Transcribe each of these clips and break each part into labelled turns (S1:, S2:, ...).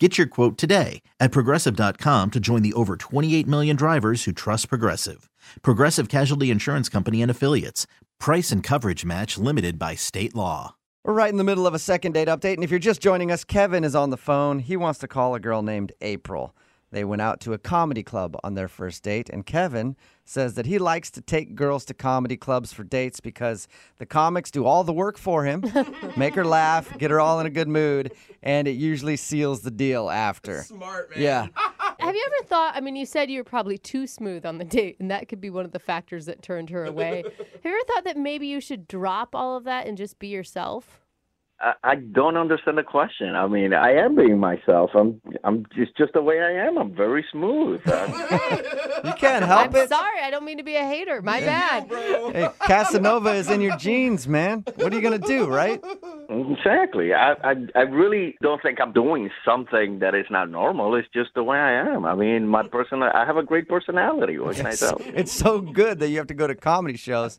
S1: Get your quote today at progressive.com to join the over 28 million drivers who trust Progressive. Progressive Casualty Insurance Company and Affiliates. Price and coverage match limited by state law.
S2: We're right in the middle of a second date update, and if you're just joining us, Kevin is on the phone. He wants to call a girl named April. They went out to a comedy club on their first date, and Kevin says that he likes to take girls to comedy clubs for dates because the comics do all the work for him, make her laugh, get her all in a good mood, and it usually seals the deal after. Smart man. Yeah.
S3: Have you ever thought? I mean, you said you were probably too smooth on the date, and that could be one of the factors that turned her away. Have you ever thought that maybe you should drop all of that and just be yourself?
S4: I, I don't understand the question. I mean, I am being myself. I'm I'm just just the way I am. I'm very smooth. Uh,
S2: You can't help
S3: I'm
S2: it.
S3: sorry, I don't mean to be a hater. My bad.
S2: Hey, Casanova is in your jeans, man. What are you going to do, right?
S4: exactly. I, I I really don't think I'm doing something that is not normal. It's just the way I am. I mean, my person. I have a great personality. What can I tell?
S2: It's so good that you have to go to comedy shows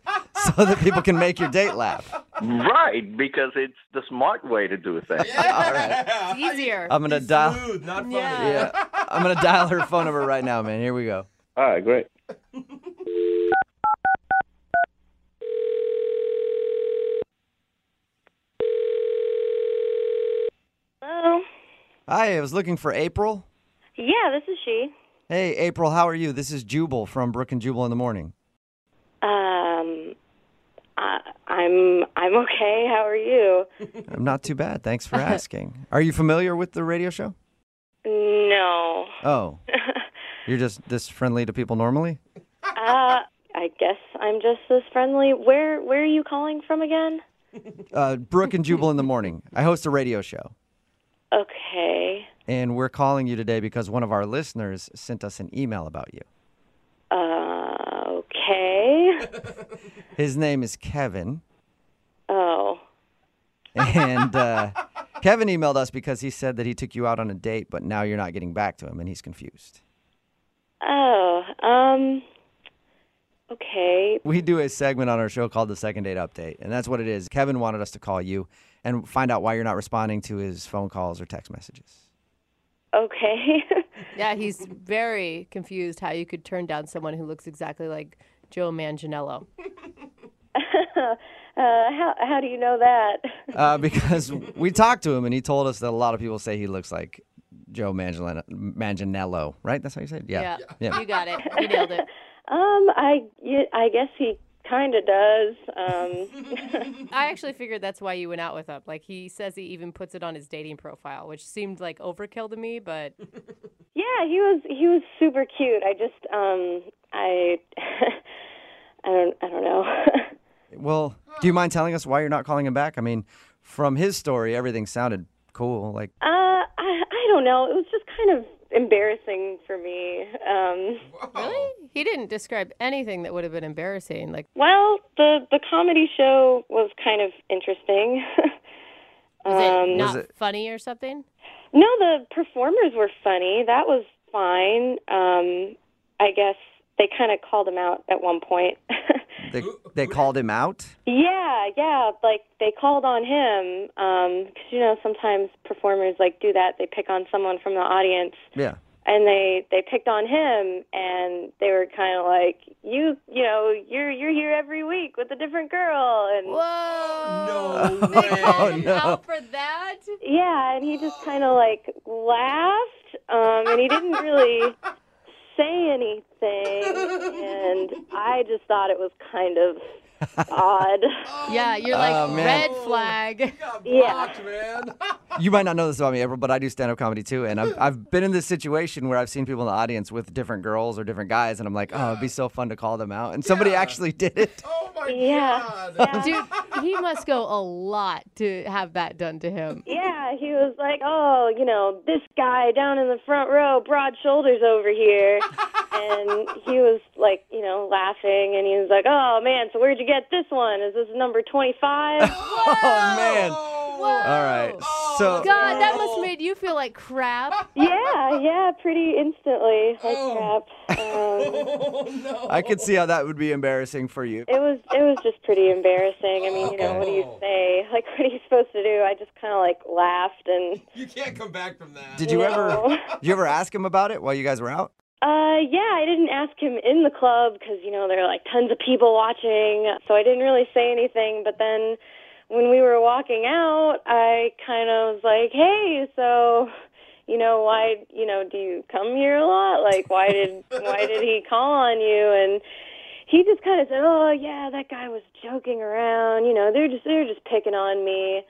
S2: so that people can make your date laugh.
S4: Right, because it's the smart way to do things.
S3: It's easier.
S2: I'm gonna dial.
S3: yeah.
S2: Yeah, I'm gonna dial her phone number right now, man. Here we go.
S4: All right, great.
S5: Hello.
S2: Hi, I was looking for April.
S5: Yeah, this is she.
S2: Hey, April, how are you? This is Jubal from Brook and Jubal in the morning.
S5: Um, I, I'm I'm okay. How are you?
S2: I'm not too bad. Thanks for asking. Are you familiar with the radio show?
S5: No.
S2: Oh, you're just this friendly to people normally.
S5: Uh, I guess I'm just this friendly. Where Where are you calling from again?
S2: Uh, Brook and Jubal in the morning. I host a radio show,
S5: Okay.
S2: and we're calling you today because one of our listeners sent us an email about you.
S5: Uh, okay.
S2: His name is Kevin.
S5: Oh.
S2: And uh, Kevin emailed us because he said that he took you out on a date, but now you're not getting back to him, and he's confused.
S5: Oh. Um. Okay.
S2: We do a segment on our show called the Second Date Update, and that's what it is. Kevin wanted us to call you and find out why you're not responding to his phone calls or text messages.
S5: Okay. Uh,
S3: Yeah, he's very confused how you could turn down someone who looks exactly like Joe Manganiello.
S5: uh, how How do you know that?
S2: Uh, because we talked to him, and he told us that a lot of people say he looks like Joe Manganiello, Manganiello right? That's how you say it?
S3: Yeah.
S2: yeah.
S3: You got it. You nailed it.
S5: Um. I y- I guess he kind of does. Um.
S3: I actually figured that's why you went out with him. Like he says he even puts it on his dating profile, which seemed like overkill to me, but
S5: Yeah, he was he was super cute. I just um I I don't I don't know.
S2: Well, do you mind telling us why you're not calling him back? I mean, from his story, everything sounded cool. Like,
S5: uh I I don't know. It was just kind of embarrassing for me. Um
S3: really? He didn't describe anything that would have been embarrassing. Like
S5: well, the the comedy show was kind of interesting. um,
S3: was it not
S2: Um, Was it-
S3: funny or something?
S5: no, the performers were funny. That was fine. Um I guess they kind of called him out at one point.
S2: they, they called him out?
S5: Yeah, yeah. Like they called on him Um, 'cause you know sometimes performers like do that. They pick on someone from the audience,
S2: Yeah.
S5: and they they picked on him, and they were kind of like, you you know you're you're here every week with a different girl, and
S3: Whoa! No they
S2: Oh,
S3: called him out for that?
S5: yeah, and he just kind of like laughed, um, and he didn't really say anything, and I just thought it was kind of odd.
S3: Yeah, you're like
S2: Oh, man.
S3: red flag.
S5: yeah.
S2: You might not know this about me, April, but I do stand up comedy too. And I've, I've been in this situation where I've seen people in the audience with different girls or different guys,
S6: Oh,
S2: and I'm like, oh, it'd be so fun to call them out. And somebody actually did it.
S5: Yeah. yeah.
S3: Dude, he must go a lot to have that done to him.
S5: Yeah, he was like, oh, you know, this guy down in the front row, broad shoulders over here. and he was like, you know, laughing. And he was like, oh, man, so where'd you get this one? Is this number 25?
S2: Oh man.
S3: Whoa.
S2: All right. So
S3: God, that must made you feel like crap.
S5: yeah, yeah, pretty instantly. Like, crap. Um,
S2: I could see how that would be embarrassing for you.
S5: it was it was just pretty embarrassing. I mean, you know, what do you say? Like, what are you supposed to do? I just kind of like laughed and
S6: You can't come back from that.
S2: Did you ever
S5: No.
S2: you ever ask him about it while you guys were out?
S5: Uh, yeah, I didn't ask him in the club 'cause you know there are like tons of people watching, so I didn't really say anything. But then when we were walking out, I kind of was like, "Hey, so you know why you know do you come here a lot? Like why did why did he call on you?" And he just kind of said, "Oh yeah, that guy was joking around. You know, they're just they're just picking on me."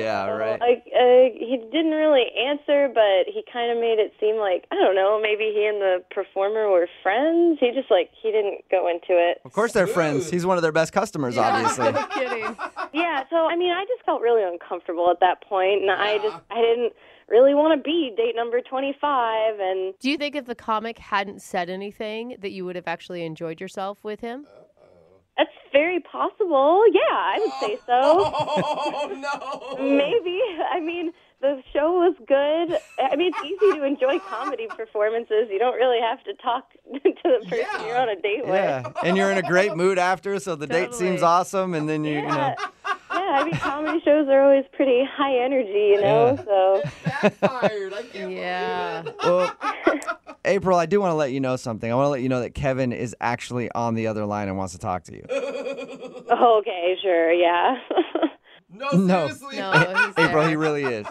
S2: Yeah, right.
S5: Like uh, he didn't really answer, but he kind of made it seem like I don't know. Maybe he and the performer were friends. He just like he didn't go into it.
S2: Of course they're friends. He's one of their best customers, obviously.
S3: No kidding.
S5: Yeah. So I mean, I just felt really uncomfortable at that point, and I just I didn't really want to be date number twenty five. And
S3: Do you think if the comic hadn't said anything that you would have actually enjoyed yourself with him?
S5: that's very possible. Yeah, I would say so.
S6: Oh no!
S5: Maybe. I mean. The show was good. I mean, it's easy to enjoy comedy performances. You don't really have to talk to the person
S6: Yeah.
S5: you're on a date with.
S2: Yeah. And you're in a great mood after, so the date seems
S3: Totally.
S2: awesome and then you, you know
S5: Yeah. Yeah, I mean, comedy shows are always pretty high energy, you know.
S2: Yeah.
S5: So
S6: Backfired. I
S3: Oh,
S6: can't.
S3: Yeah.
S2: Well, April, I do want to let you know something. I want to let you know that Kevin is actually on the other line and wants to talk to you.
S5: oh, okay, sure, yeah.
S6: No,
S2: No.
S6: seriously.
S3: No, he's there.
S2: April, he really is.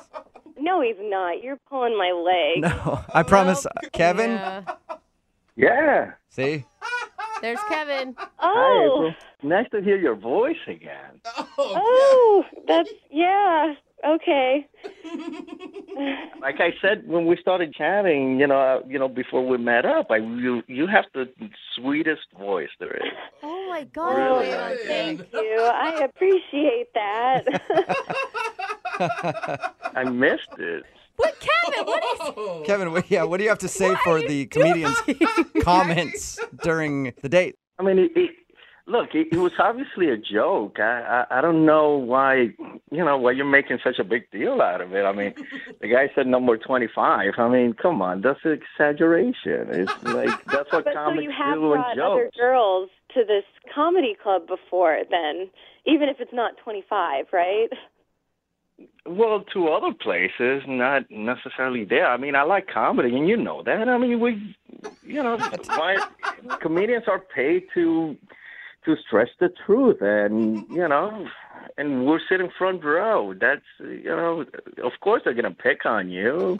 S5: no, he's not. You're pulling my leg.
S2: No, I promise. Kevin,
S3: Yeah.
S4: Yeah.
S2: see?
S3: There's Kevin.
S4: Hi,
S5: Oh,
S4: April. Nice to hear your voice again.
S5: oh, that's yeah. Okay.
S4: Like I said when we started chatting, you know, uh, you know, before we met up, I you you have the sweetest voice there is.
S3: Oh my God.
S4: Really?
S3: Leon,
S6: Yeah.
S3: thank-
S5: Thank you. I appreciate that.
S4: I missed it.
S3: What Kevin? What is
S6: Oh.
S2: Kevin, what, yeah, what do you have to say for the comedian's comments during the date?
S4: I mean, it, it, look, it, it was obviously a joke. I, I I don't know why, you know, why you're making such a big deal out of it. I mean, the guy said number twenty five. I mean, come on, that's an exaggeration. It's like that's what
S5: but so
S4: comics
S5: you have
S4: do and
S5: brought other
S4: jokes.
S5: girls to this comedy club before, then, even if it's not 25, right?
S4: Well, to other places, not necessarily there. I mean, I like comedy, and you know that. I mean, we, you know, why, comedians are paid to to stretch the truth, and you know, and we're sitting front row. That's you know, of course they're gonna pick on you.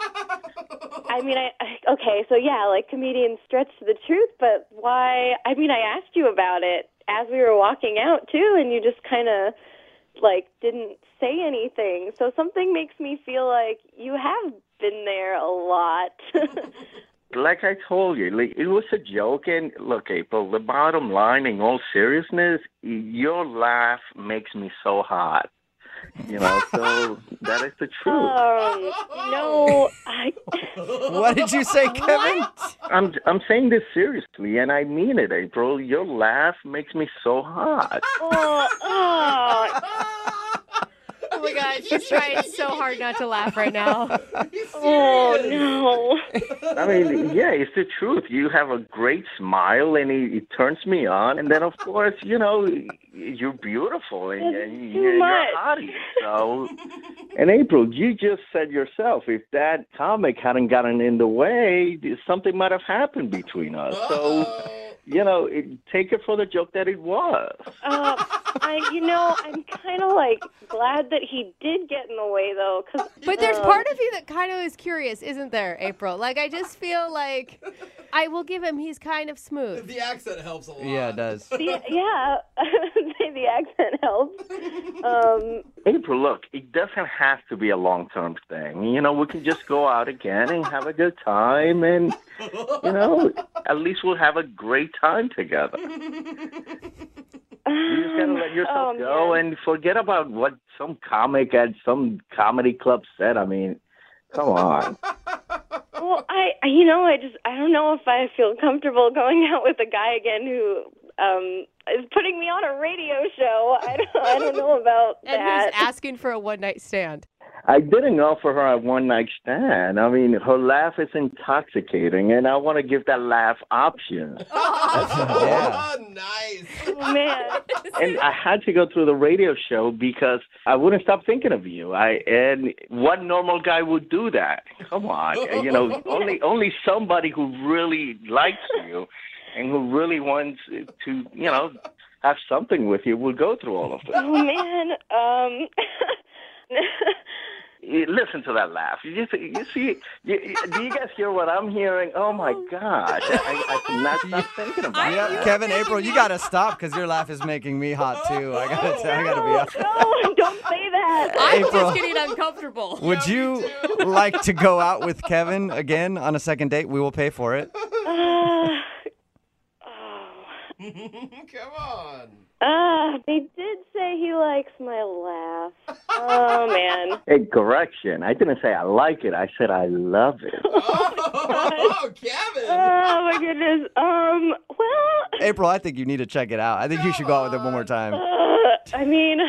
S5: I mean, I I- okay, so yeah, like comedians stretch to the truth, but why? I mean, I asked you about it as we were walking out too, and you just kind of like didn't say anything. So something makes me feel like you have been there a lot.
S4: Like I told you, like, it was a joke. And look, April, the bottom line, in all seriousness, your laugh makes me so hot. You know, so that is the truth.
S5: um, no, I
S2: What did you say, Kevin?
S4: I'm I'm saying this seriously, and I mean it, April. Your laugh makes me so hot.
S5: well, oh,
S3: Oh my God. She's trying so hard not to laugh right now.
S5: oh no.
S4: I mean, yeah, it's the truth. You have a great smile, and it, it turns me on. And then, of course, you know, you're beautiful, and,
S5: That's
S4: and
S5: too
S4: you're
S5: much.
S4: an audience. So, and April, you just said yourself, if that comic hadn't gotten in the way, something might have happened between us. So, you know, it, take it for the joke that it was.
S5: Uh, I, you know, I'm kind of like glad that he did get in the way though, because
S3: But there's part of you that kind of is curious, isn't there, April? Like, I just feel like I will give him, he's kind of smooth.
S6: The accent helps a lot.
S2: Yeah, it does.
S5: the, yeah, say the accent helps. Um,
S4: April, look, it doesn't have to be a long term thing. You know, we can just go out again and have a good time, and, you know, at least we'll have a great time together. You just gotta let let yourself
S5: Oh,
S4: go
S5: man.
S4: and forget about what some comic at some comedy club said. I mean, come on.
S5: Well, I, I- you know, I just, I don't know if I feel comfortable going out with a guy again who um, is putting me on a radio show. I don't, I don't know about
S3: And
S5: that.
S3: who's asking for a one night stand?
S4: I didn't offer her a one night stand. I mean, her laugh is intoxicating, and I want to give that laugh option.
S6: Oh, nice.
S5: Oh, Man,
S4: and I had to go through the radio show because I wouldn't stop thinking of you. I and what normal guy would do that? Come on, you know, only only somebody who really likes you and who really wants to, you know, have something with you would go through all of this.
S5: oh man, um,
S4: You Listen to that laugh. You just you see. You, you- do you guys hear what I'm hearing? Oh my gosh! I, I cannot stop thinking about
S2: Yeah,
S4: it.
S2: Kevin, April, you gotta stop because your laugh is making me hot too. I gotta, tell, I gotta be honest.
S5: no, don't say that.
S3: I'm
S2: April.
S3: just getting uncomfortable.
S2: Would you like to go out with Kevin again on a second date? We will pay for it.
S5: Uh, oh,
S6: Come on.
S5: uh, they did say he likes my laugh. Oh man,
S4: Hey, correction. I didn't say I like it. I said I love it.
S6: Oh, Kevin.
S5: oh my goodness. Um, well.
S2: April, I think you need to check it out. I think you should go out with him one more time.
S5: Uh, I mean,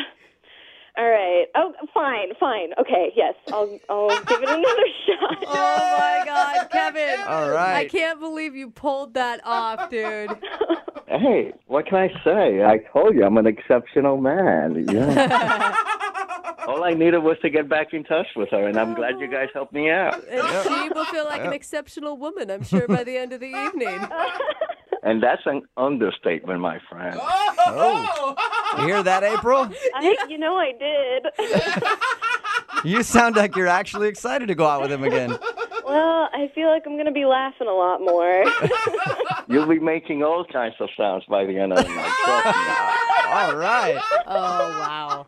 S5: all right. Oh, fine, fine. Okay, yes, I'll I'll give it another shot.
S3: Oh my God, Kevin.
S2: All
S3: I
S2: right.
S3: can't believe you pulled that off, dude.
S4: Hey, what can I say? I told you I'm an exceptional man. Yeah. All I needed was to get back in touch with her, and I'm glad you guys helped me out.
S3: And she will feel like an exceptional woman, I'm sure, by the end of the evening.
S4: And that's an understatement, my friend.
S6: Oh.
S2: You hear that, April?
S5: I, you know, I did.
S2: Oh. You sound like you're actually excited to go out with him again.
S5: Well, I feel like I'm gonna be laughing a lot more.
S4: You'll be making all kinds of sounds by the end of the night. Trust me.
S2: All right.
S3: Oh, wow.